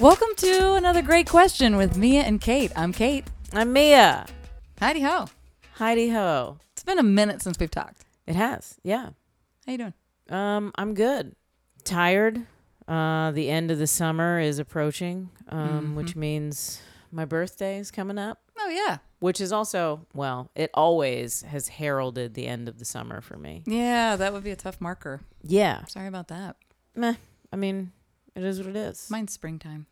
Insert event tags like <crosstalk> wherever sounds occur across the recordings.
Welcome to another great question with Mia and Kate. I'm Kate. I'm Mia. Heidi ho. Heidi ho. It's been a minute since we've talked. It has. Yeah. How you doing? Um, I'm good. Tired. Uh, the end of the summer is approaching, um, Mm-hmm. which means my birthday is coming up, Oh yeah. which is also, well, it always has heralded the end of the summer for me. Yeah, that would be a tough marker. Yeah. Sorry about that. Meh. I mean, it is what it is. Mine's springtime.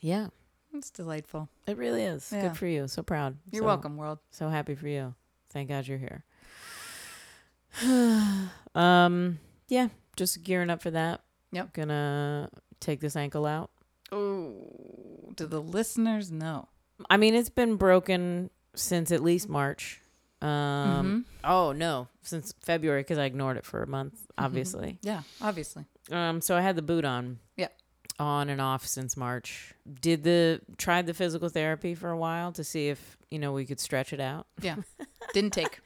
yeah. It's delightful. It really is. Yeah. Good for you. So proud. You're So- welcome, world. So happy for you. Thank God you're here. <sighs> um, yeah, just gearing up for that. Yep. Gonna take this ankle out. Oh, do the listeners know? I mean, it's been broken since at least March. Um, Mm-hmm. oh no, since February because I ignored it for a month, obviously. Yeah, obviously. Um, so I had the boot on. Yeah. On and off since March. Did the tried the physical therapy for a while to see if, you know, we could stretch it out. Yeah. Didn't <laughs> take.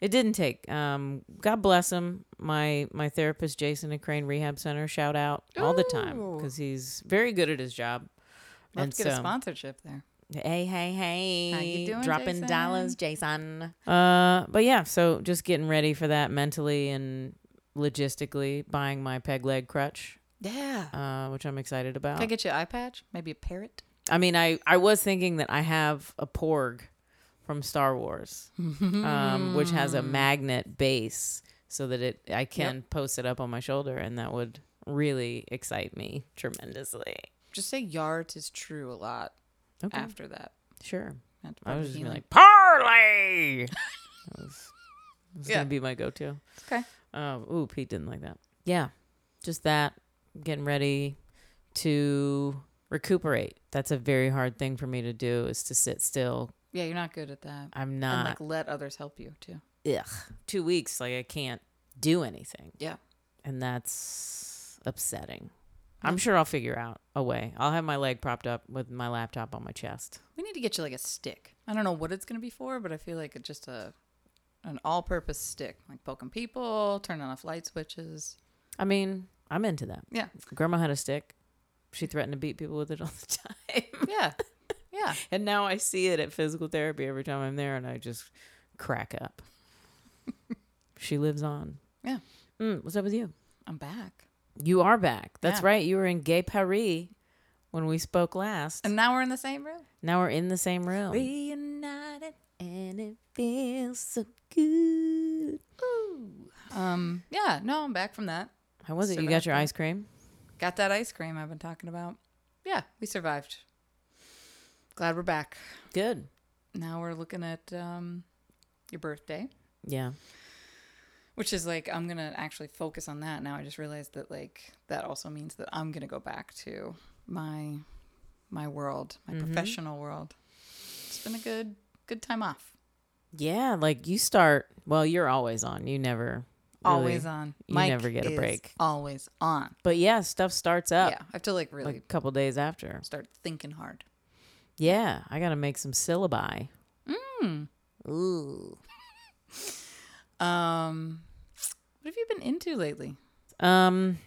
It didn't take. Um, God bless him. My my therapist Jason at Crane Rehab Center. Shout out all the time Ooh. because he's very good at his job. Let's And get a so- sponsorship there. Hey hey hey! How you doing, Dropping Jason? dollars, Jason. Uh, but yeah, so just getting ready for that mentally and logistically, buying my peg leg crutch, Yeah. uh, which I'm excited about. Can I get you an eye patch? Maybe a parrot? I mean, I, I was thinking that I have a Porg from Star Wars, Mm-hmm. <laughs> um, which has a magnet base, so that it I can post it up on my shoulder, and that would really excite me tremendously. Just say yard is true a lot Okay, after that. sure. That's I part was of just gonna healing. be like parlay. that was, that was Yeah. gonna be my go-to. Okay. Um, ooh, Pete didn't like that. Yeah, just that. Getting ready to recuperate. That's a very hard thing for me to do. Is to sit still. yeah, you're not good at that. I'm and not. like let others help you too. ugh, two weeks, like I can't do anything. Yeah. And that's upsetting. I'm sure I'll figure out a way. I'll have my leg propped up with my laptop on my chest. We need to get you like a stick. I don't know what it's gonna be for, but I feel like it's just a an all purpose stick. Like poking people, turning off light switches. I mean, I'm into that. Yeah. Grandma had a stick. She threatened to beat people with it all the <laughs> time. Yeah. yeah. and now I see it at physical therapy every time I'm there and I just crack <laughs> up. she lives on. Yeah. Mm, what's up with you? I'm back. You are back. That's Yeah. right. You were in Gay Paris when we spoke last. And now we're in the same room. Now we're in the same room. Reunited. And it feels so good. Um, yeah, no, I'm back from that. How was it? You got your ice cream? Got that ice cream I've been talking about. Yeah, we survived. Glad we're back. Good. Now we're looking at um your birthday. Yeah. Which is like I'm gonna actually focus on that now. I just realized that like that also means that I'm gonna go back to my my world, my Mm-hmm. professional world. It's been a good good time off. Yeah. Like you start, well, you're always on. You never. really- Always on. you never get a is break. Always on. But yeah, stuff starts up Yeah, I have to like really like a couple days after. start thinking hard. Yeah. I got to make some syllabi. Mm. Ooh. Um, what have you been into lately? Um,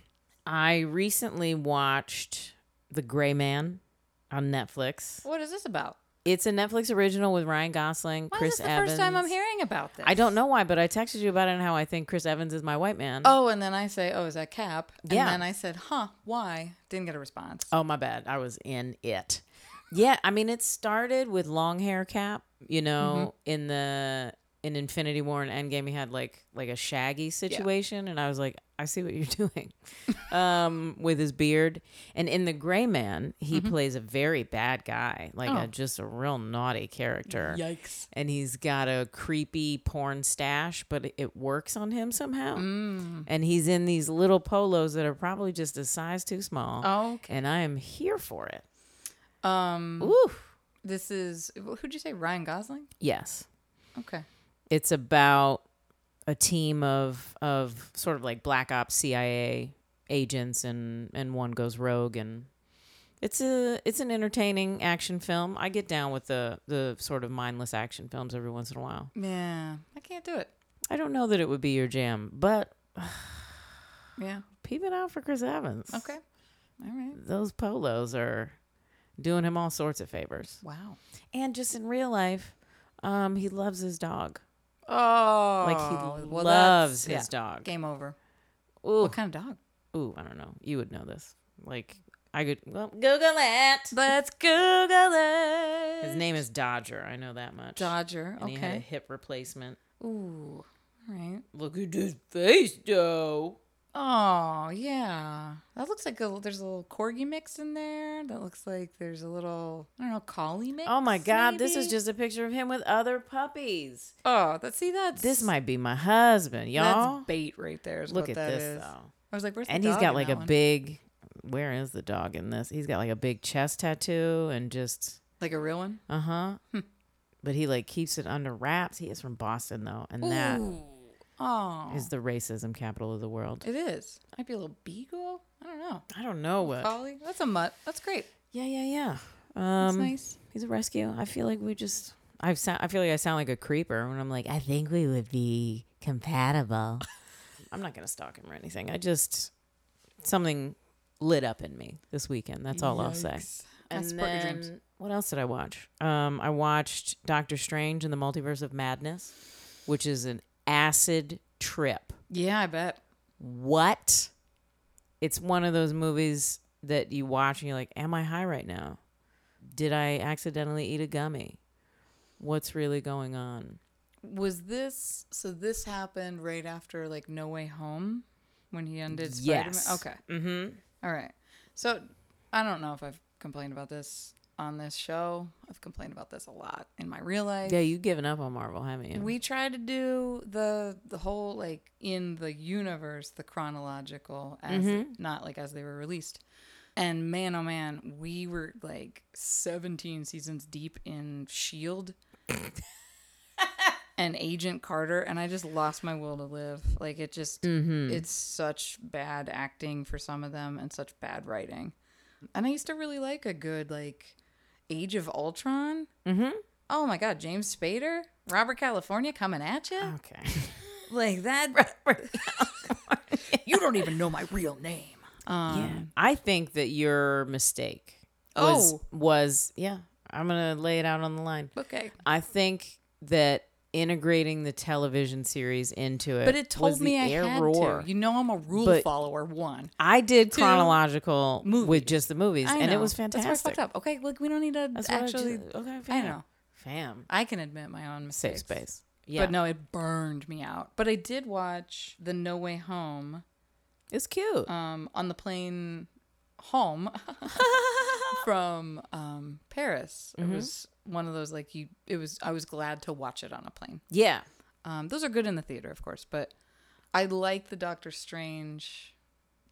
I recently watched The Gray Man on Netflix. What is this about? It's a Netflix original with Ryan Gosling, Why Chris is this the Evans. first time I'm hearing about this? I don't know why, but I texted you about it and how I think Chris Evans is my white man. Oh, and then I say, "Oh, is that Cap?" And Yeah. then I said, "Huh? Why?" Didn't get a response. Oh, my bad. I was in it. Yeah, I mean it started with long hair cap, you know, in the in Infinity War and Endgame he had like like a shaggy situation and I was like, I see what you're <laughs> doing. um with his beard. And in The Gray Man, he plays a very bad guy, like a, just a real naughty character. Yikes! and he's got a creepy porn stash, but it- it works on him somehow. And he's in these little polos that are probably just a size too small. Okay. And I am here for it. Um, Ooh. this is who'd you say? Ryan Gosling. Yes. Okay. It's about a team of of sort of like black ops CIA agents and and one goes rogue and it's a it's an entertaining action film. I get down with the the sort of mindless action films every once in a while. Yeah, I can't do it. I don't know that it would be your jam, but Yeah. peeping out for Chris Evans. Okay. All right. Those polos are doing him all sorts of favors. Wow. And just in real life, um, he loves his dog. Oh, Like he loves his dog. Game over. Ooh, What kind of dog? ooh, I don't know. You would know this. Like I could well, Google it. Let's Google it. His name is Dodger. I know that much. Dodger. And he had a okay. hip replacement. Ooh. All right. Look at his face, though. Oh yeah, that looks like a, there's a little corgi mix in there. That looks like there's a little I don't know collie mix. Oh my God! This is maybe? just a picture of him with other puppies. oh that see that's This might be my husband, y'all. that's bait right there. Is what Look at that this is. though. I was like, where's the and he's dog got in like that a one? big. Where is the dog in this? He's got like a big chest tattoo and just like a real one. uh huh. But he like keeps it under wraps. He is from Boston though, and that Ooh. Oh, is the racism capital of the world. it is. Might be a little beagle. I don't know. I don't know what. Collie. That's a mutt. That's great. Yeah, yeah, yeah. That's Um, nice. He's a rescue. I feel like we just. I sound. I feel like I sound like a creeper when I'm like, I think we would be compatible. <laughs> I'm not gonna stalk him or anything. I just something lit up in me this weekend. That's all I'll say. Yikes. I support your dreams. then what else did I watch? Um, I watched Doctor Strange and the Multiverse of Madness, which is an acid trip. Yeah, I bet. What? It's one of those movies that you watch and you're like, Am I high right now? Did I accidentally eat a gummy? What's really going on? Was this so? This happened right after like No Way Home, when he ended. Yes. Spider-Man? Okay. Mm-hmm. All right. So I don't know if I've complained about this on this show. I've complained about this a lot in my real life. Yeah, you've given up on Marvel, haven't you? We try to do the the whole like in the universe, the chronological as not like as they were released. And man oh man, we were like 17 seasons deep in Shield E and Agent Carter and I just lost my will to live. Like it just Mm-hmm. it's such bad acting for some of them and such bad writing. And I used to really like a good like Age of Ultron. Mm-hmm. Oh my God, James Spader, Robert California coming at you okay. like <laughs> that. you don't even know my real name. Um, yeah. I think that your mistake was, Oh. was yeah. I'm gonna lay it out on the line. Okay, I think that integrating the television series into it, but it was told the me I had to. error. You know, I'm a rule But- follower. One, I did chronological movies. with just the movies, I and it know. was That's where I fantastic. fucked up. Okay, like we don't need to That's what I actually. just- okay, I fam. know. fam, I can admit my own safe mistakes. space. Yeah, But no, it burned me out. But I did watch the No Way Home it's cute. um, on the plane home from um, Paris. It was one of those like you. It was. I was glad to watch it on a plane. yeah, Um, those are good in the theater, of course, but I like the Doctor Strange.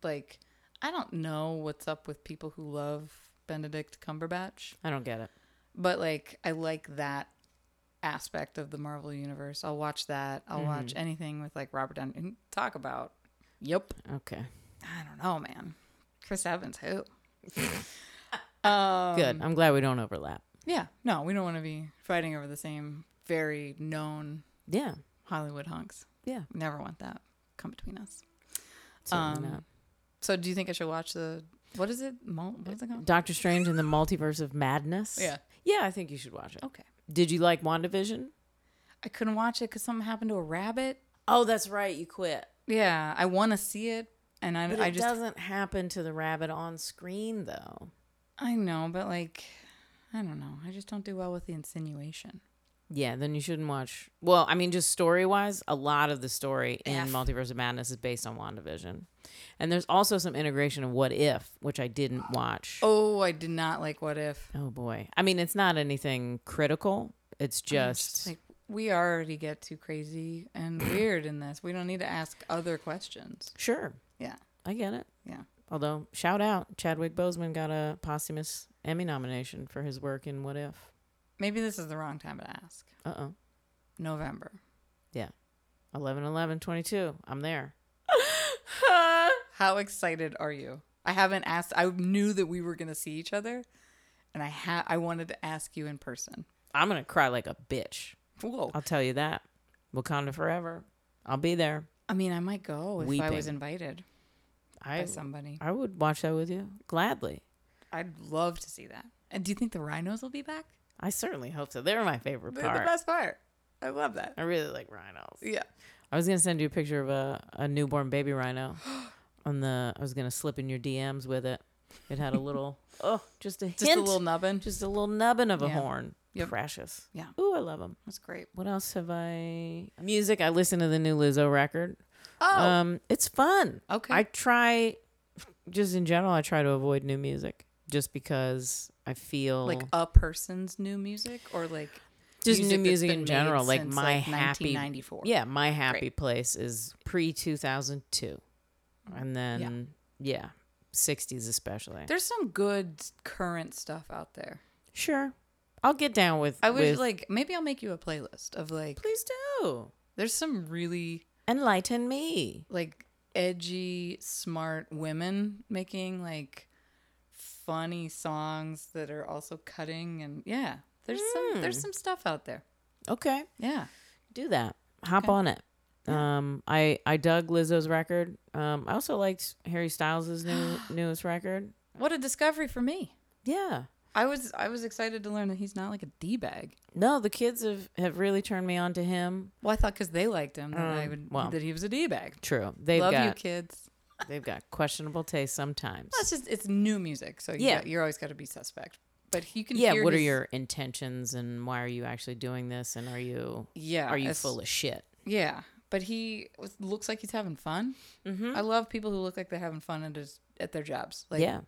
Like, I don't know what's up with people who love Benedict Cumberbatch, I don't get it. but like, I like that aspect of the Marvel universe. I'll watch that. I'll watch anything with like Robert Downey. and Talk about. Yep. Okay, I don't know, man. Chris Evans, <laughs> who? Uh, Um, good. I'm glad we don't overlap. Yeah. No, we don't want to be fighting over the same very known Yeah, Hollywood hunks. yeah. Never want that come between us. certainly Um, not. So do you think I should watch the what is it? Mul- What is it called? Doctor Strange and the Multiverse of Madness. Yeah. yeah. I think you should watch it. Okay. Did you like WandaVision? I couldn't watch it because something happened to a rabbit. Oh, that's right. You quit. Yeah, I want to see it, and I, But I it just doesn't happen to the rabbit on screen, though. I know, but like I don't know. I just don't do well with the insinuation. Yeah, then you shouldn't watch. Well, I mean, just story wise, a lot of the story in F. Multiverse of Madness is based on WandaVision. And there's also some integration of What If, which I didn't watch. Oh, Oh, I did not like What If. boy. I mean, it's not anything critical, it's just. Like we already get too crazy <clears throat> and weird in this. We don't need to ask other questions. sure, Yeah, I get it. yeah. Although, shout out, Chadwick Boseman got a posthumous Emmy nomination for his work in What If. Maybe this is the wrong time to ask. Uh oh. November. 11 11 22. I'm there. How excited are you? I haven't asked. I knew that we were going to see each other, and I ha- I wanted to ask you in person. I'm going to cry like a bitch. Whoa. I'll tell you that. Wakanda forever. I'll be there. I mean, I might go if I was Weeping. invited I by somebody. I would watch that with you gladly. I'd love to see that. And do you think the rhinos will be back? I certainly hope so. They're my favorite They're part. the best part. I love that. I really like rhinos. Yeah. I was gonna send you a picture of a, a newborn <gasps> baby rhino. On the, I was gonna slip in your DMs with it. It <laughs> had a little, oh, just a hint, Just a little nubbin. just a little nubbin of a Yeah. horn. Yep. Precious. Yeah. Ooh, I love them. That's great. What else have I? Music. I listen to the new Lizzo record. Oh, Um, it's fun. okay. I try, just in general, I try to avoid new music just because I feel like a person's new music or like Oh. just new that's music been in made general. Like since, my happy 1994. Yeah, my happy place is pre 2002. And then, yeah, 60s especially. There's some good current stuff out there. sure. I'll get down with. I wish with- like maybe I'll make you a playlist of like Please do. there's some really Enlighten me. like edgy smart women making like funny songs that are also cutting and yeah there's some there's Hmm. some stuff out there Okay. yeah Do that. Hop on it. Um, I I dug Lizzo's record. Um, I also liked Harry <gasps> Styles' new newest record. what a discovery for me Yeah. i was i was excited to learn that he's not like a d-bag No, the kids have have really turned me on to him. well i thought because they liked him that i Um, would well. that he was a d-bag True. They've love you got kids they've got questionable taste sometimes. that's just it's new music so Yeah. yeah you're always got to be suspect but he can yeah hear what are his- your intentions and why are you actually doing this and are you yeah are you as- full of shit Yeah, but he was- looks like he's having fun. Mm-hmm. I love people who look like they're having fun at, his, at their jobs. Like, yeah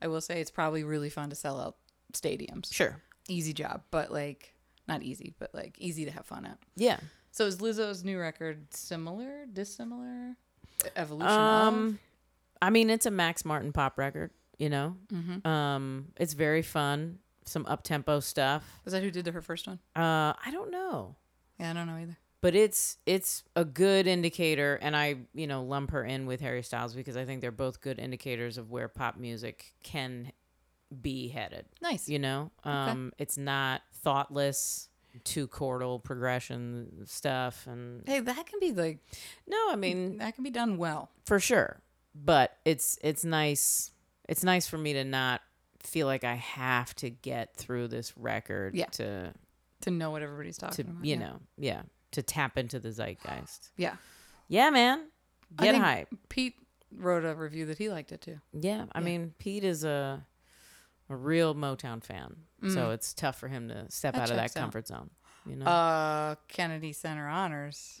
I will say it's probably really fun to sell out stadiums. sure Easy job, but like not easy, but like easy to have fun at. yeah So is Lizzo's new record similar, dissimilar, evolution? um i mean it's a max martin pop record you know um it's very fun some up tempo stuff of? Was that who did her first one? uh i don't know Yeah, I don't know either. but it's it's a good indicator and i you know lump her in with harry styles because i think they're both good indicators of where pop music can be headed Nice. you know um it's not thoughtless two chordal progression stuff and Hey, that can be like no i mean that can be done well. for sure but it's it's nice it's nice for me to not feel like i have to get through this record Yeah. to To know what everybody's to talking about. you yeah. know yeah to tap into the zeitgeist Yeah. yeah man I get think hype Pete wrote a review that he liked it too. yeah i mean pete is a a real motown fan so it's tough for him to step Mm. That out of that checks out. comfort zone you know Uh, Kennedy Center Honors.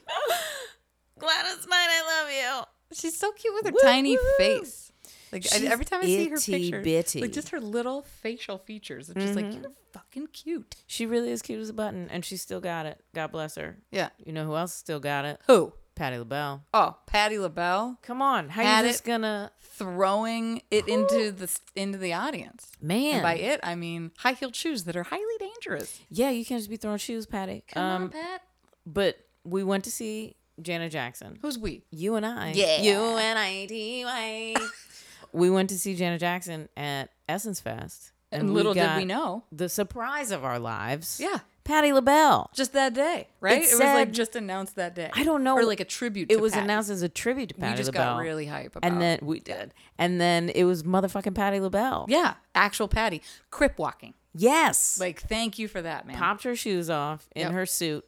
gladys knight i love you She's so cute with her Woo, tiny woo. face. Like I, She's every time I see her itty picture, bitty. like just her little facial features, I'm just like, you're fucking cute. She really is cute as a button, and she still got it. God bless her. Yeah. You know who else still got it? Who? Patty LaBelle. Oh, Patty LaBelle Come on, how Had you just it. gonna throwing it into the into the audience. man? And by it, I mean high heeled shoes that are highly dangerous. yeah, you can't just be throwing shoes, Patty. Come um, on, Pat. but we went to see Janet Jackson. Who's we? You and I. Yeah. You and I. D-Y. <laughs> we went to see Janet Jackson at Essence Fest, And, little did we know. the surprise of our lives. Yeah. Patty LaBelle. Just that day, right? It, was like said- just announced that day. I don't know. Or like a tribute. It to was Patty. announced as a tribute to Patty We just LaBelle. got really hype about. and then we did. And then it was motherfucking Patty LaBelle. yeah, actual Patty, crip walking. Yes. Like, thank you for that, man. popped her shoes off in Yep. her suit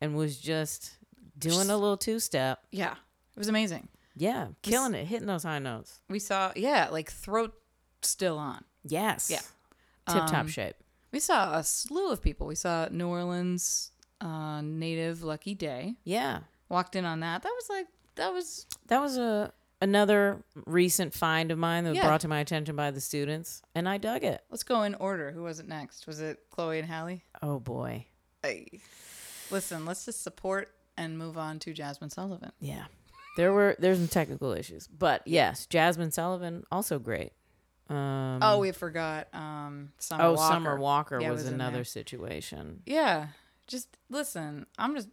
and was just doing a little two step. Yeah, it was amazing. Yeah. Killing it, hitting those high notes. We saw, yeah, like throat still on. Yes. Yeah. Um, Tip top shape. We saw a slew of people. We saw New Orleans uh, native Lucky Day. Yeah. Walked in on that. That was like that was That was a another recent find of mine that was Yeah. brought to my attention by the students and I dug it. let's go in order. Who was it next? Was it Chloe and Hallie? Oh boy. Ay. Listen, let's just support and move on to Jasmine Sullivan. Yeah. There were there's some technical issues. But yes, Jasmine Sullivan also great. Um Oh, we forgot um Summer Oh, Walker. Summer Walker Yeah, was, was in another there. situation. Yeah. Just listen, I'm just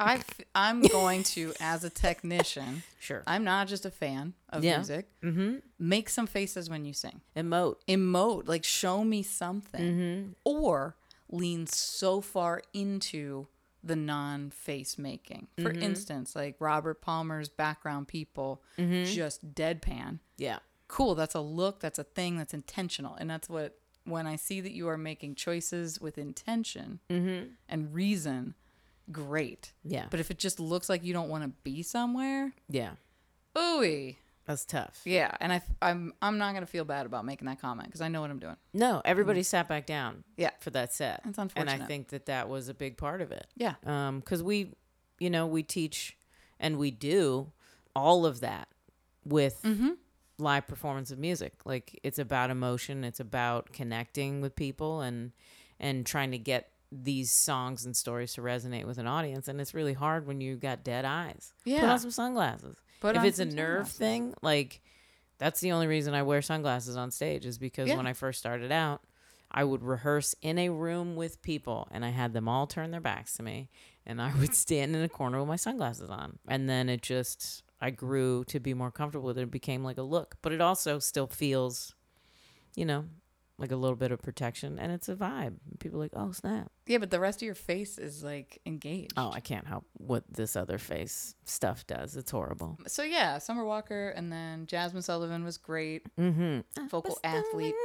I f- I'm going to as a technician Sure. I'm not just a fan of Yeah. music. Mm-hmm. Make some faces when you sing. Emote. Emote, like show me something, Mm-hmm. or lean so far into the non-face making. For Mm-hmm. Mm-hmm. instance, like Robert Palmer's background people, just deadpan. Yeah. cool, that's a look, that's a thing, that's intentional. And that's what, when I see that you are making choices with intention and reason, great. Yeah. But if it just looks like you don't want to be somewhere, yeah. ooey. That's tough. Yeah. And I, I'm, I'm not going to feel bad about making that comment because I know what I'm doing. No, everybody sat back down. Mm-hmm. Yeah. For that set. That's And I unfortunate. think that that was a big part of it. Yeah. Um, because we, you know, we teach and we do all of that with Mm-hmm. live performance of music. Like it's about emotion. It's about connecting with people and and trying to get these songs and stories to resonate with an audience. And it's really hard when you got dead eyes. Put Yeah. on some sunglasses. Put if on it's a some nerve sunglasses. thing, like that's the only reason I wear sunglasses on stage is because Yeah. when I first started out, I would rehearse in a room with people and I had them all turn their backs to me and I <laughs> would stand in a corner with my sunglasses on. And then it just I grew to be more comfortable with it. It became like a look. But it also still feels, you know, like a little bit of protection and it's a vibe. People are like, oh snap. Yeah. But the rest of your face is like engaged. Oh, I can't help what this other face stuff does. It's horrible. So yeah, Summer Walker and then Jasmine Sullivan was great. Mm-hmm. Vocal athlete.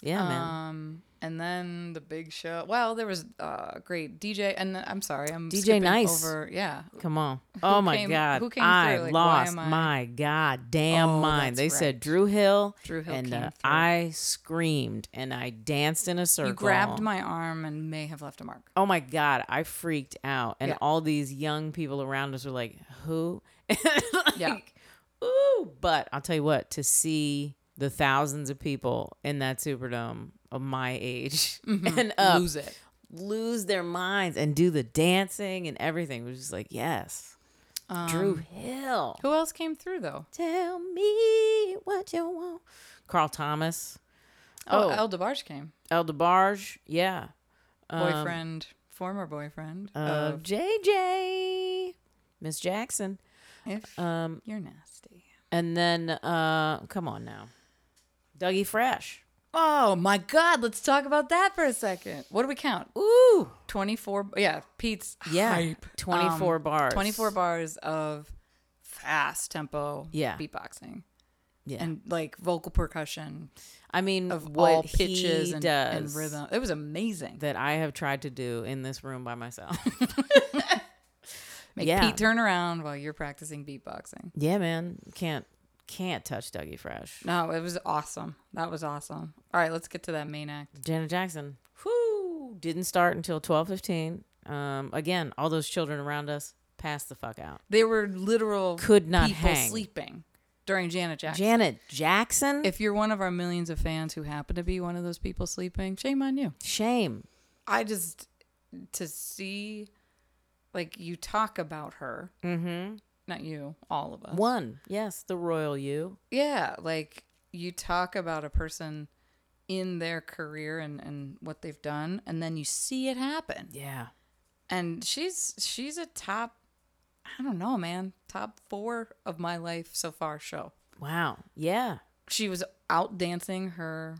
Yeah, man. Um, and then the big show. Well, there was uh, great DJ, and then- I'm sorry, I'm DJ skipping Nice. Over, yeah, Come on. Oh my came- God. who came I through? Like, why lost am I- my God damn Oh, mind. They that's said right. Drew Hill. Drew Hill And came uh, through. I screamed and I danced in a circle. you grabbed my arm and may have left a <laughs> mark. Oh my God. I freaked out. And Yeah. all these young people around us were like, who? <laughs> Yeah. Like, Ooh. But I'll tell you what, to see the thousands of people in that Superdome of my age Mm-hmm. <laughs> and up Lose it. lose their minds and do the dancing and everything. It was just like, yes. Drew Um, Hill. Who else came through though? Tell me what you want. Carl Thomas. Oh, Oh, El DeBarge came. El DeBarge. Yeah. Um, uh, Boyfriend, former boyfriend of of JJ. Miss Jackson. if Um, you're nasty. and then, uh, come on now. Dougie Fresh. Oh my God! Let's talk about that for a second. What do we count? Ooh. Twenty four. Yeah, Pete's Yeah. hype. Um, 24 bars. 24 bars of fast tempo Yeah. beatboxing Yeah. and like vocal percussion I mean, of what all pitches he and, does. and rhythm. It was amazing. that I have tried to do in this room by myself. <laughs> Make yeah. Pete turn around while you're practicing beatboxing. yeah, man. Can't can't touch Dougie Fresh. No, it was awesome. That was awesome. All right, let's get to that main act. Janet Jackson. Whoo! Didn't start until twelve fifteen. Um, again, all those children around us passed the fuck out. They were literal Could not people hang. sleeping during Janet Jackson. Janet Jackson. if you're one of our millions of fans who happen to be one of those people sleeping, shame on you. Shame. I just to see like you talk about her. Mm-hmm. Not you, all of us. One. Yes, the royal you. Yeah, like you talk about a person in their career and, and what they've done, and then you see it happen. Yeah. And she's she's a top I don't know, man, top four of my life so far show. Wow. Yeah. She was out dancing her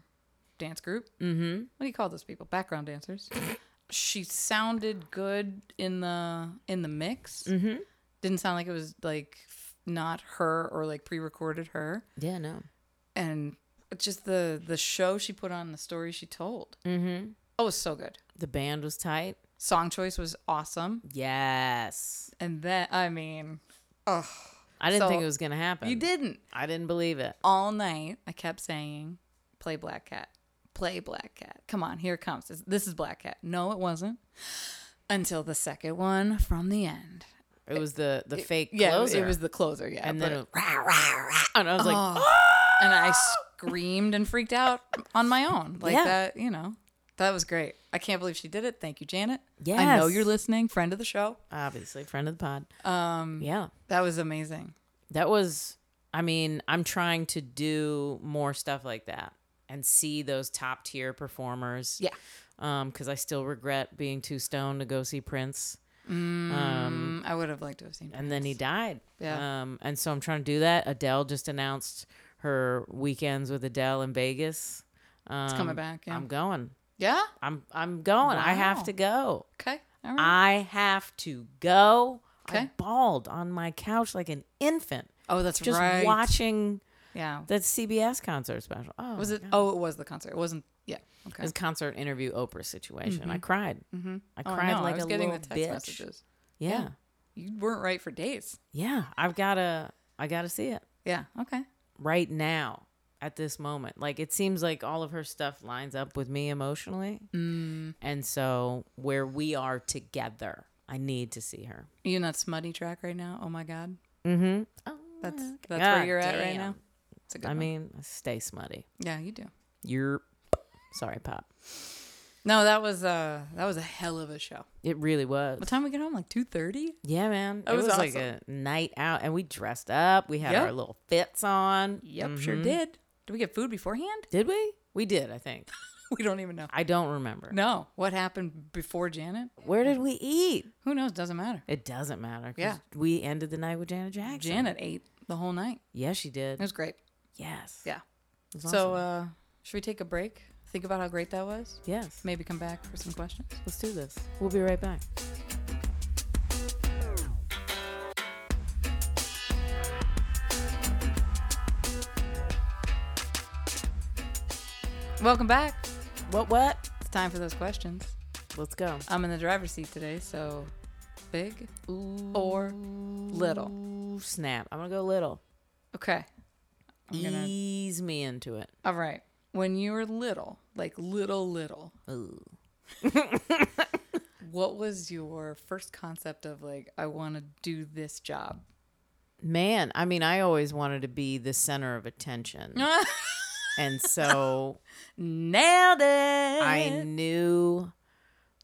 dance group. Mm-hmm. What do you call those people? Background dancers. she sounded good in the in the mix. Mm-hmm. Didn't sound like it was like f- not her or like pre-recorded her. Yeah. No. and just the the show she put on, the story she told. Mm-hmm. Oh, it was so good. The band was tight. Song choice was awesome, Yes. and then I mean, oh, I didn't So- think it was gonna happen. you didn't I didn't believe it. all night. I kept saying, "Play Black Cat, play Black Cat. Come on, here it comes. This- This is Black Cat." No, it wasn't. Until the second one from the end. It was the the fake Yeah, closer. it was the Oh. closer. Yeah, and but- then it, rah, rah, rah, and I was like, and I screamed and freaked out on my own. Like Yeah. that, you know, that was great. I can't believe she did it. Thank you, Janet. I Yes. know you're listening, friend of the show. obviously friend of the pod. Um, yeah, That was amazing. that was. I mean, I'm trying to do more stuff like that and see those top tier performers. Yeah. Um, because I still regret being too stoned to go see Prince, Mm, I would have liked to have seen. and then he died. Yeah. Um, and so I'm trying to do that. Adele just announced her weekends with Adele in Vegas. Um, it's coming back, yeah. I'm going. Yeah. I'm I'm going. I have Wow. to go. Okay. All right. I have to go. I Okay. bawled on my couch like an infant, oh, that's just right. watching Yeah. That CBS concert special. Oh, Was my it? God. Oh, it was the concert. It wasn't. Yeah. Okay. His concert interview Oprah situation. I cried. mm-hmm. Oh, I cried like a little bitch. Yeah. yeah, Yeah. You weren't right for days. I've gotta, I gotta see it Yeah. Okay. right now at this moment. Like it seems like all of her stuff lines up with me emotionally, Mm. and so where we are together, I need to see her. Are you in that smutty track right now? Oh my God. Mm-hmm. Oh, That's my that's where God you're at right damn. now. It's a good I one. mean, stay smutty. Yeah, you do. You're sorry, pop. No, that was uh that was a hell of a show. It really was. What time we get home? Like two thirty? Yeah, man. That it was, was like a night out, and we dressed up. We had Yep. our little fits on. Yep, sure Mhm. did. Did we get food beforehand? <laughs> Did we? We did, I think. We don't even know. I don't remember. No. What happened before Janet? Where did we eat? Who knows? Doesn't matter. It doesn't matter. 'cause Yeah. We ended the night with Janet Jackson. Janet ate the whole night. Yes, she did. It was great. yes. Yeah. It was So awesome. uh should we take a break? Think about how great that was? yes. Maybe come back for some questions. Let's do this. We'll be right back. Welcome back. What? What? It's time for those questions. Let's go. I'm in the driver's seat today, so big or little. Ooh, snap. I'm going to go little. Okay. I'm gonna- E- Ease me into it. All right. When you were little, like little, little, Ooh. <laughs> what was your first concept of like, I want to do this job? Man, I mean, I always wanted to be the center of <laughs> attention. and so Nailed it. I knew,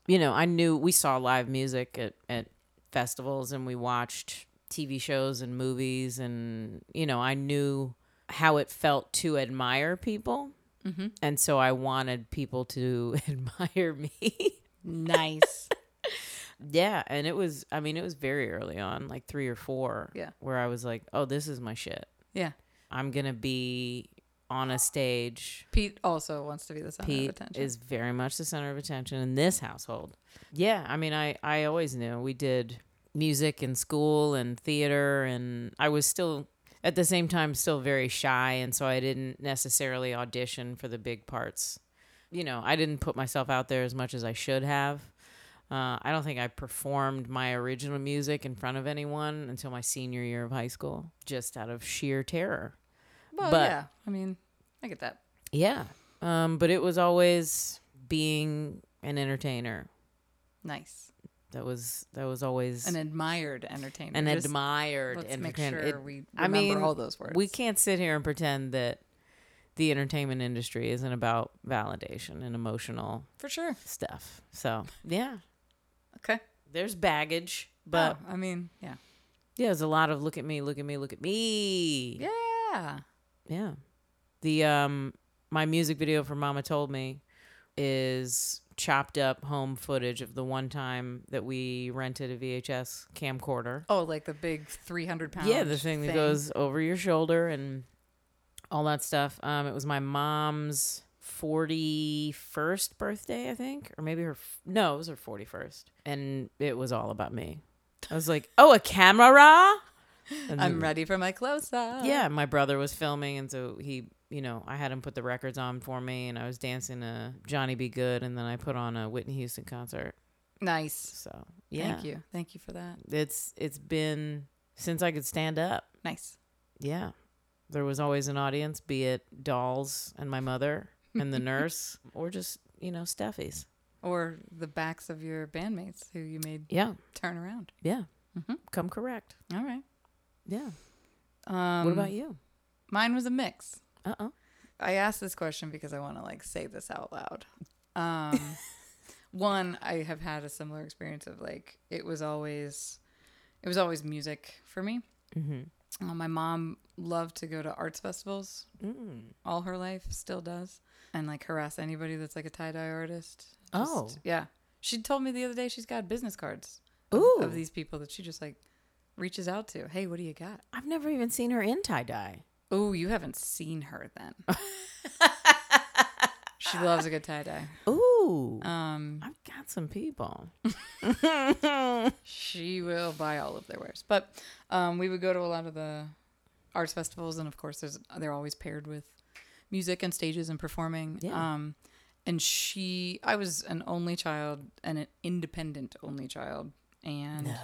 you know, I knew we saw live music at, at festivals and we watched TV shows and movies. And, you know, I knew how it felt to admire people. And so I wanted people to <laughs> admire me. <laughs> nice. yeah. And it was, I mean, it was very early on, like three or four, Yeah. where I was like, oh, this is my shit. Yeah. I'm going to be on a stage Pete also wants to be the center Pete of attention. is very much the center of attention in this household. Yeah, I mean, I I always knew we did music in school and theater, and I was still at the same time still very shy, and so I didn't necessarily audition for the big parts. You know, I didn't put myself out there as much as I should have. Uh, I don't think I performed my original music in front of anyone until my senior year of high school, just out of sheer terror. well, but- yeah. I mean, I get that. Yeah. Um, but it was always being an entertainer. Nice. That was that was always An an, admired entertainer. Just- admired Let's make entertainer. sure It- we remember I mean, all those words. we can't sit here and pretend that the entertainment industry isn't about validation and emotional for sure. stuff. So yeah, Okay. there's baggage, but Oh, I mean, yeah. yeah, there's a lot of look at me, look at me, look at me. Yeah. Yeah. The um my music video for Mama Told Me is chopped up home footage of the one time that we rented a VHS camcorder. Oh, like the big 300 pound. yeah, the thing, that goes over your shoulder and all that stuff. Um it was my mom's 41st birthday, I think, or maybe her f- no, it was her 41st. And it was all about me. I was like, "Oh, a <laughs> camera?" And I'm ready for my close up. Oh, yeah my brother was filming and so he you know i had him put the records on for me and i was dancing a johnny be good and then i put on a whitney houston concert Nice. so yeah Thank you. Thank you for that. it's it's been since i could stand up Nice. yeah there was always an audience be it dolls and my mother and <laughs> the nurse or just you know steffies Or the backs of your bandmates who you made yeah turn around. yeah Mhm. come correct All right. yeah Um, what about you Mine was a mix. uh-uh I asked this question because I want to like say this out loud. <laughs> Um, one, I have had a similar experience of like it was always, it was always music for me. mm-hmm. Uh, my mom loved to go to arts festivals mm. all her life, still does, and like harass anybody that's like a tie dye artist. Oh. yeah. She told me the other day she's got business cards of, ooh of these people that she just like reaches out to. Hey, what do you got? i've never even seen her in tie-dye Oh, you haven't seen her <laughs> then. she loves a good tie dye. ooh Um, I've got some people. she will buy all of their wares. But um, we would go to a lot of the arts festivals, and of course, there's they're always paired with music and stages and performing. Yeah. Um, and she, I was an only child and an independent only child, and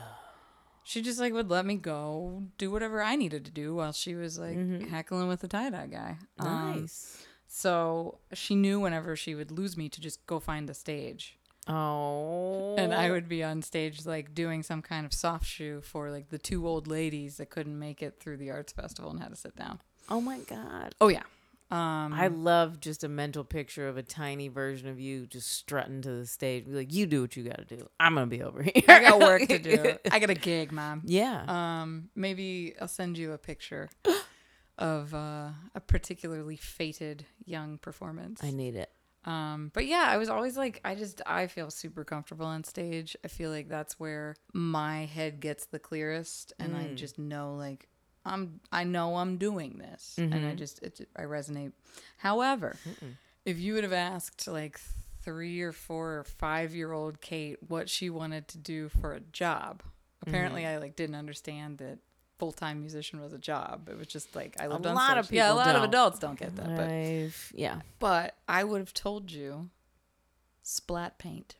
she just like would let me go do whatever I needed to do while she was like heckling with the tie dye guy. Um, Mm-hmm. Nice. so she knew whenever she would lose me to just go find a stage oh. and I would be on stage like doing some kind of soft shoe for like the two old ladies that couldn't make it through the arts festival and had to sit down. Oh my god. Oh yeah. Um I love just a mental picture of a tiny version of you just strutting to the stage, be like, "You do what you got to do. I'm gonna be over <laughs> here. I got work to do. I got a gig, mom. yeah. Um maybe I'll send you a <gasps> picture of uh, a particularly fated young performance. I need it. Um, but yeah, I was always like, I just I feel super comfortable on stage. I feel like that's where my head gets the clearest, and Mm. I just know like I'm I know I'm doing this, and Mm-hmm. I just it, I resonate. However, if you would have asked like three or four or five year old Kate what she wanted to do for a job, apparently Mm-hmm. I like didn't understand that full time musician was a job. It was just like I lived on lot of stage. yeah, a people lot of don't. adults don't get that, but I've, yeah. but I would have told you splat paint.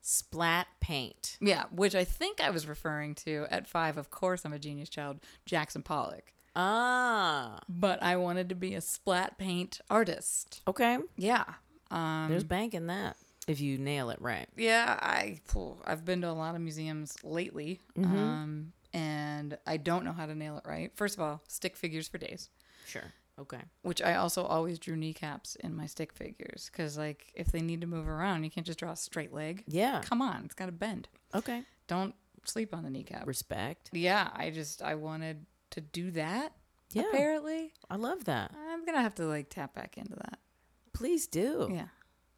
Splat paint. Yeah, which I think I was referring to at five. Of course, I'm a genius child, Jackson Pollock. Ah. But I wanted to be a splat paint artist. Okay. Yeah. Um, There's bank in that if you nail it right. yeah, I, phew, I've been to a lot of museums lately, um, and I don't know how to nail it right. First of all, stick figures for days. Sure. Okay. which I also always drew kneecaps in my stick figures because, like, if they need to move around, you can't just draw a straight leg. Yeah. Come on, it's got to bend. Okay. Don't sleep on the kneecap. Respect. Yeah, I just, I wanted to do that. Yeah. Apparently, I love that. I'm going to have to, like, tap back into that. Please do. Yeah.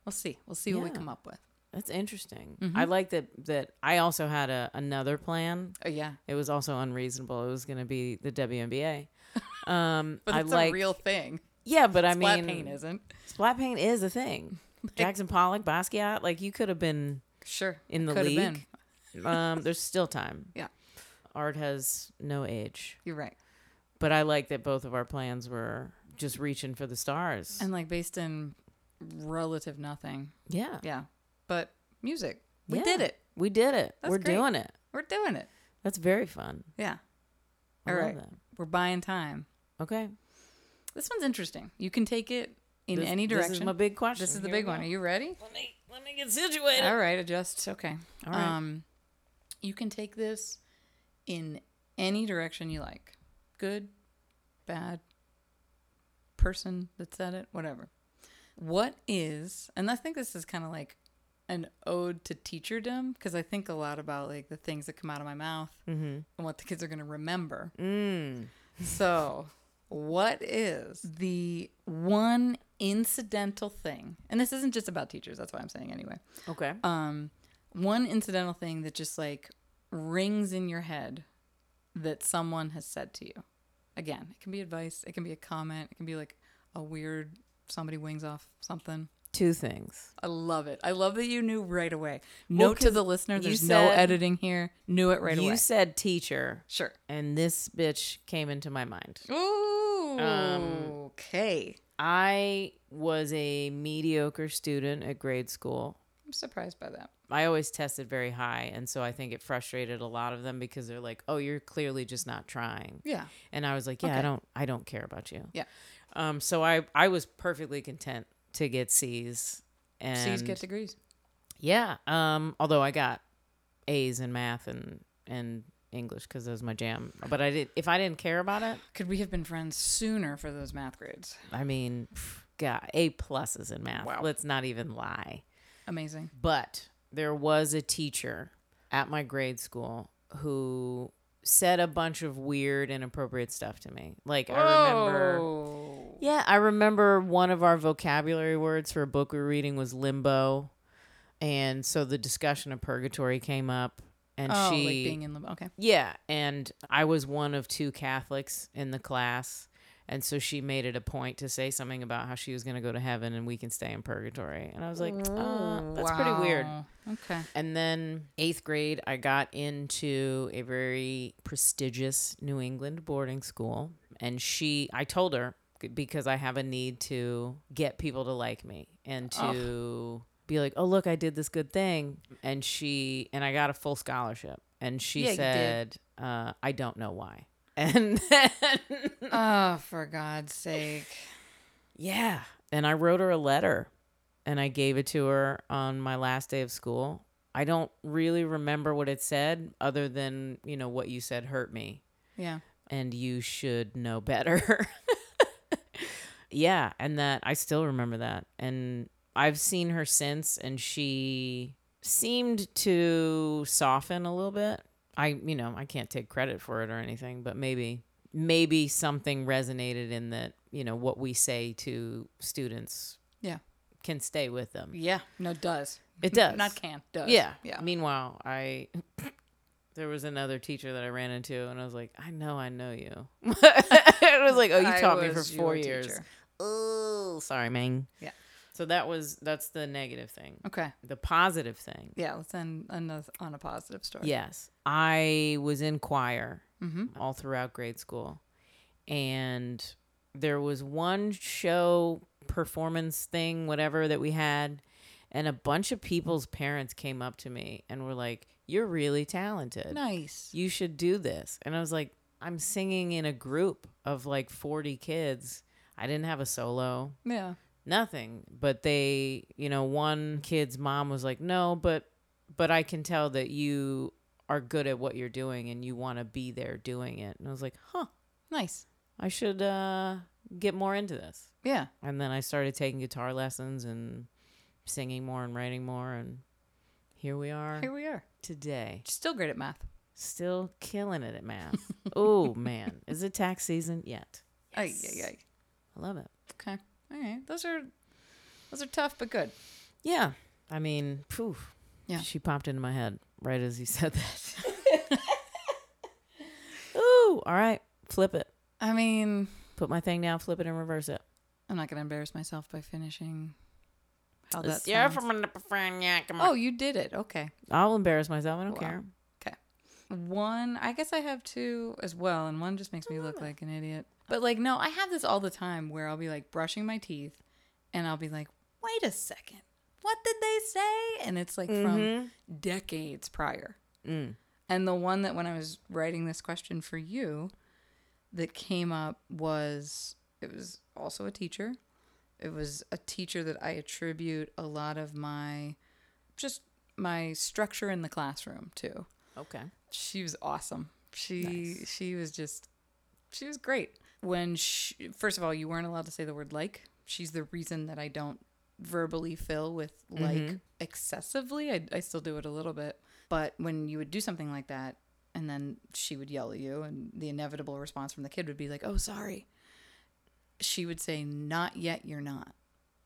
We'll see. We'll see what we Yeah. come up with. That's interesting. I like that that I also had a another plan. Oh, yeah. It was also unreasonable. It was going to be <laughs> the WNBA. Um But I it's like a real thing. Yeah, but I Flat mean paint isn't. splat paint is <laughs> a thing. Jackson Pollock, Basquiat, like you could have been Sure. in the Could have league. been. <laughs> um there's still time. Yeah. Art has no age. You're right. But I like that both of our plans were just reaching for the stars. And, like, based in relative nothing. yeah. Yeah. But music. We Yeah. did it. We did it. That's we're great. doing it. We're doing it. That's very fun. Yeah. I All love right. that. We're buying time. Okay. This one's interesting. You can take it in This- any direction. This is my big question. This is the Here we big one. go. Are you ready? Let me let me get situated. <laughs> All right, adjust. Okay. All right. Um you can take this in any direction you like. Good, bad, person that said it, whatever. What is, and I think this is kind of like an ode to teacherdom because I think a lot about like the things that come out of my mouth Mm-hmm. and what the kids are going to remember. <laughs> Mm. So, what is the one incidental thing? And this isn't just about teachers, that's why I'm saying anyway. Okay. Um, one incidental thing that just like rings in your head that someone has said to you. Again, it can be advice, it can be a comment, it can be like a weird somebody wings off something. Two things. I love it. I love that you knew right away. Note to 'cause the listener, you there's no said- editing here. Knew it right you away. said teacher, Sure. and this bitch came into my mind. Ooh. Um, okay. I was a mediocre student at grade school. I'm surprised by that. I always tested very high, and so I think it frustrated a lot of them because they're like, "Oh, you're clearly just not trying." Yeah. And I was like, "Yeah, I Okay. don't, I don't care about you." Yeah. Um. So I, I was perfectly content to get C's. And C's get degrees. Yeah. Um. Although I got A's in math and and English because that was my jam. But I did. If I didn't care about it, Could we have been friends sooner for those math grades? I mean, pff, God, A pluses in math. Wow. Let's not even lie. Amazing. But there was a teacher at my grade school who said a bunch of weird, inappropriate stuff to me. Like I remember. Oh. Yeah, I remember one of our vocabulary words for a book we were reading was limbo. And so the discussion of purgatory came up and Oh, she like being in limbo. Okay. Yeah, and I was one of two Catholics in the class. And so she made it a point to say something about how she was going to go to heaven and we can stay in purgatory. And I was like, Mm, uh, that's pretty weird. Wow. Okay. And then eighth grade, I got into a very prestigious New England boarding school. and she I told her because I have a need to get people to like me and to be like, "Oh, look, I did this good thing." And she and I got a full scholarship. And she Yeah, you did. said, uh, "I don't know why." <laughs> And Oh, for God's sake. Yeah. And I wrote her a letter and I gave it to her on my last day of school. I don't really remember what it said other than, you know, what you said hurt me Yeah. and you should know better. <laughs> yeah. And that I still remember that. And I've seen her since and she seemed to soften a little bit. I, you know, I can't take credit for it or anything, but maybe, maybe something resonated in that, you know, what we say to students Yeah. can stay with them. Yeah. No, does. It does. Not can. Does. Yeah. Yeah. Meanwhile, I <laughs> there was another teacher that I ran into, and I was like, I know, I know you. <laughs> it was like, oh, you I taught me for was four your years. teacher. Oh, sorry, Ming. Yeah. So that was that's the negative thing. Okay. The positive thing. Yeah. Let's end on a, on a positive story. Yes, I was in choir Mm-hmm. all throughout grade school, and there was one show performance thing, whatever that we had, and a bunch of people's parents came up to me and were like, "You're really talented." Nice. you should do this. And I was like, I'm singing in a group of like 40 kids. I didn't have a solo, Yeah. nothing. But they, you know, one kid's mom was like, "No, but but I can tell that you are good at what you're doing and you want to be there doing it." And I was like, "Huh, Nice. I should uh get more into this." Yeah. And then I started taking guitar lessons and singing more and writing more and here we are Here we are. today Still great at math. still killing it at math. <laughs> oh man, is it tax season yet? Ay, Yes. ay, ay. I love it. Okay. All right. Those are those are tough but good. Yeah, I mean, poof. Yeah. she popped into my head right as you said <laughs> that. Ooh, all right, flip it. I mean, Put my thing down, flip it, and reverse it. I'm not gonna embarrass myself by finishing how that Yeah, sounds. from a nipper friend, yeah, come on. Oh, you did it. Okay. I'll embarrass myself. I don't Wow. care. One, I guess I have two as well, and one just makes me look like an idiot. But like, no, I have this all the time where I'll be like brushing my teeth, and I'll be like, "Wait a second, what did they say?" And it's like from decades prior. Mm. And the one that when I was writing this question for you, that came up was it was also a teacher. It was a teacher that I attribute a lot of my just my structure in the classroom to Okay. she was awesome. She she was just she was great. When she, first of all, you weren't allowed to say the word like. She's the reason that I don't verbally fill with like excessively. I, I still do it a little bit, but when you would do something like that, and then she would yell at you, and the inevitable response from the kid would be like, "Oh, sorry." She would say, "Not yet. You're not."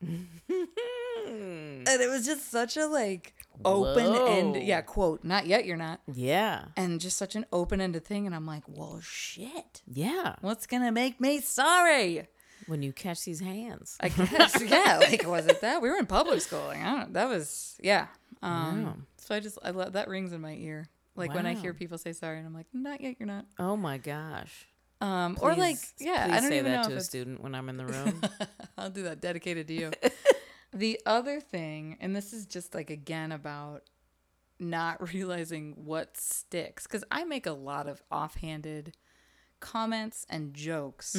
And it was just such a like open Whoa. end, yeah. Quote, "Not yet. You're not." Yeah. and just such an open-ended thing and i'm like well shit Yeah. what's gonna make me sorry When you catch these hands. <laughs> i guess yeah like was it that we were in public school like, i don't that was yeah um Wow. so i just i love that rings in my ear like when i hear Wow. people say sorry and i'm like not yet you're not Oh my gosh. um or like Please- yeah please i don't say even that know to if a it's student when I'm in the <laughs> room. I'll do that dedicated to <laughs> you. the other thing, and this is just like again about not <laughs> realizing what sticks, because I make a lot of offhanded comments and jokes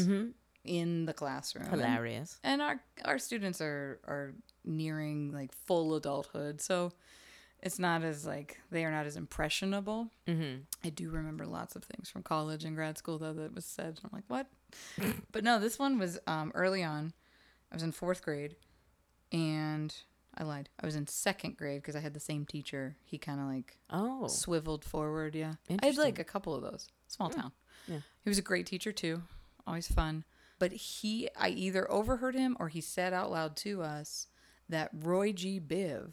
in the classroom. And- Mm-hmm. Hilarious. And our our students are are nearing like full adulthood, so it's not as like they are not as impressionable. Mm-hmm. I do remember lots of things from college and grad school though that was said. I'm like, what? <laughs> but no, this one was um, early on. I was in fourth grade, and I lied. I was in second grade because I had the same teacher. He kind of like Oh, swiveled forward. Yeah, I had like a couple of those. Small town. Yeah. he was a great teacher too. Always fun. But he, I either overheard him or he said out loud to us that Roy G. Biv,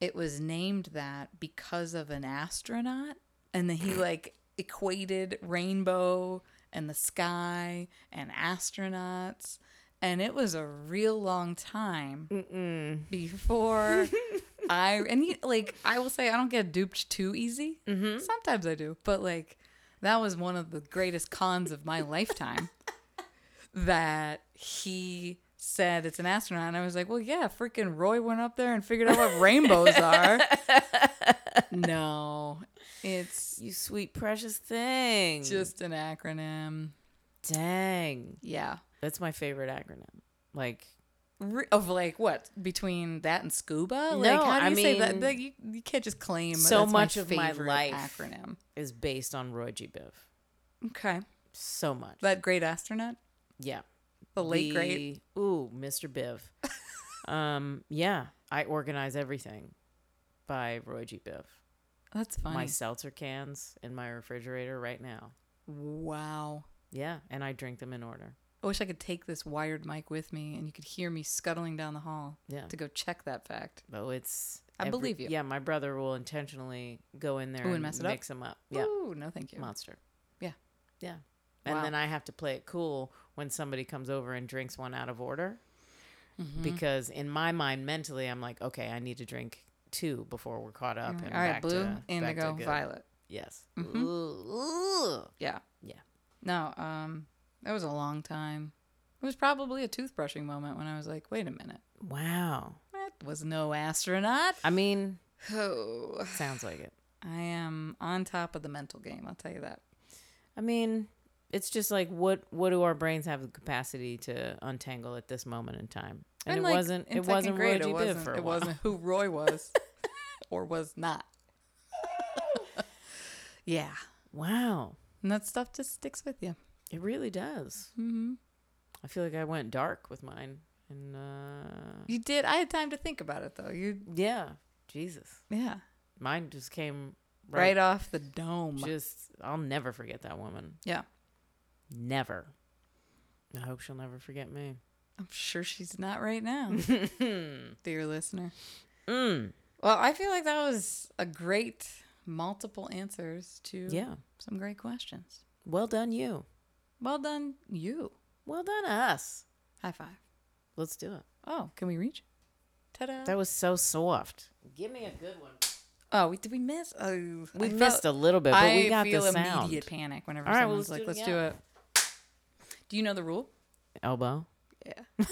it was named that because of an astronaut, and then he like equated rainbow and the sky and astronauts. And it was a real long time <laughs> before I and he, like I will say I don't get duped too easy. Mm-hmm. <laughs> Sometimes I do, but like that was one of the greatest cons of my lifetime that he said it's an astronaut. And I was like, well, yeah, freaking Roy went up there and figured out what rainbows <laughs> are. No, it's You sweet precious thing. just an acronym. dang. Yeah. That's my favorite acronym. Like Re- Of like what between that and scuba? Like, No, how do I you say that? mean, That you, you can't just claim so that's much my of my favorite life. acronym. is based on Roy G. Biv. Okay, So much. that great astronaut, yeah. the late great The- Ooh, Mr. <laughs> Biv. um, yeah. I organize everything by Roy G. Oh, Biv. That's funny. My seltzer cans in my refrigerator right now. Wow. Yeah, and I drink them in order. I wish I could take this wired mic with me and you could hear me scuttling down the hall Yeah. to go check that fact. Oh, it's. I believe you. Yeah, my brother will intentionally go in there Ooh, and and mess it up? mix them up. Yeah, Ooh, no thank you. monster. Yeah. yeah. And Wow. then I have to play it cool when somebody comes over and drinks one out of order, Mm-hmm. because in my mind, mentally, I'm like, okay, I need to drink two before we're caught up. All and right, back blue, to, Mm-hmm. indigo, back to good. violet. Yes. Ooh, ooh. Yeah. Yeah. No, um that was a long time. It was probably a toothbrushing moment when I was like, wait a minute. Wow. That was no astronaut. I mean, Oh. <sighs> sounds like it. I am on top of the mental game, I'll tell you that. I mean, it's just like what what do our brains have the capacity to untangle at this moment in time? And, it like, wasn't in it second wasn't grade, grade, Roy G. it Biv wasn't, for a it while. wasn't who Roy <laughs> was or was not. yeah. Wow, And that stuff just sticks with you. it really does. Mm-hmm. I feel like I went dark with mine, and uh, You did. I had time to think about it though. You, yeah, Jesus, yeah, mine just came right, right. off the dome. Just I'll never forget that woman. yeah, Never. I hope she'll never forget me. I'm sure she's not right <laughs> now, dear listener. Mm. Well, I feel like that was a great multiple answers to Yeah. some great questions. Well done, you. Well done, you. Well done, us. High five. Let's do it. Oh, can we reach? Ta-da! That was so soft. Give me a good one. oh, we, did we miss? Oh, We I felt- missed a little bit, but I we got feel the sound. immediate panic whenever All right, well, someone's let's do like, "Let's it do again." it." Do you know the rule? Elbow. Yeah.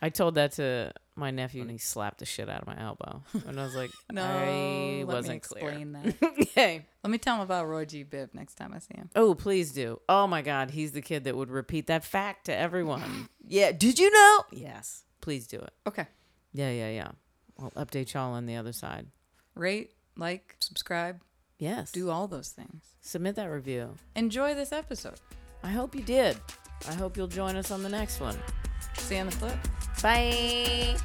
I told that to my nephew, and he slapped the shit out of my elbow. And I was <laughs> like, No, I let me wasn't clear. <laughs> explain that. okay. Let me tell him about Roy G. Biv next time I see him. Oh, please do. Oh my God, he's the kid that would repeat that fact to everyone. yeah. Did you know? <laughs> Yes. Please do it. Okay. Yeah, yeah, yeah. I'll update y'all on the other side. Rate, like, subscribe, Yes. do all those things. Submit that review. Enjoy this episode. I hope you did. I hope you'll join us on the next one. See you on the flip. Bye.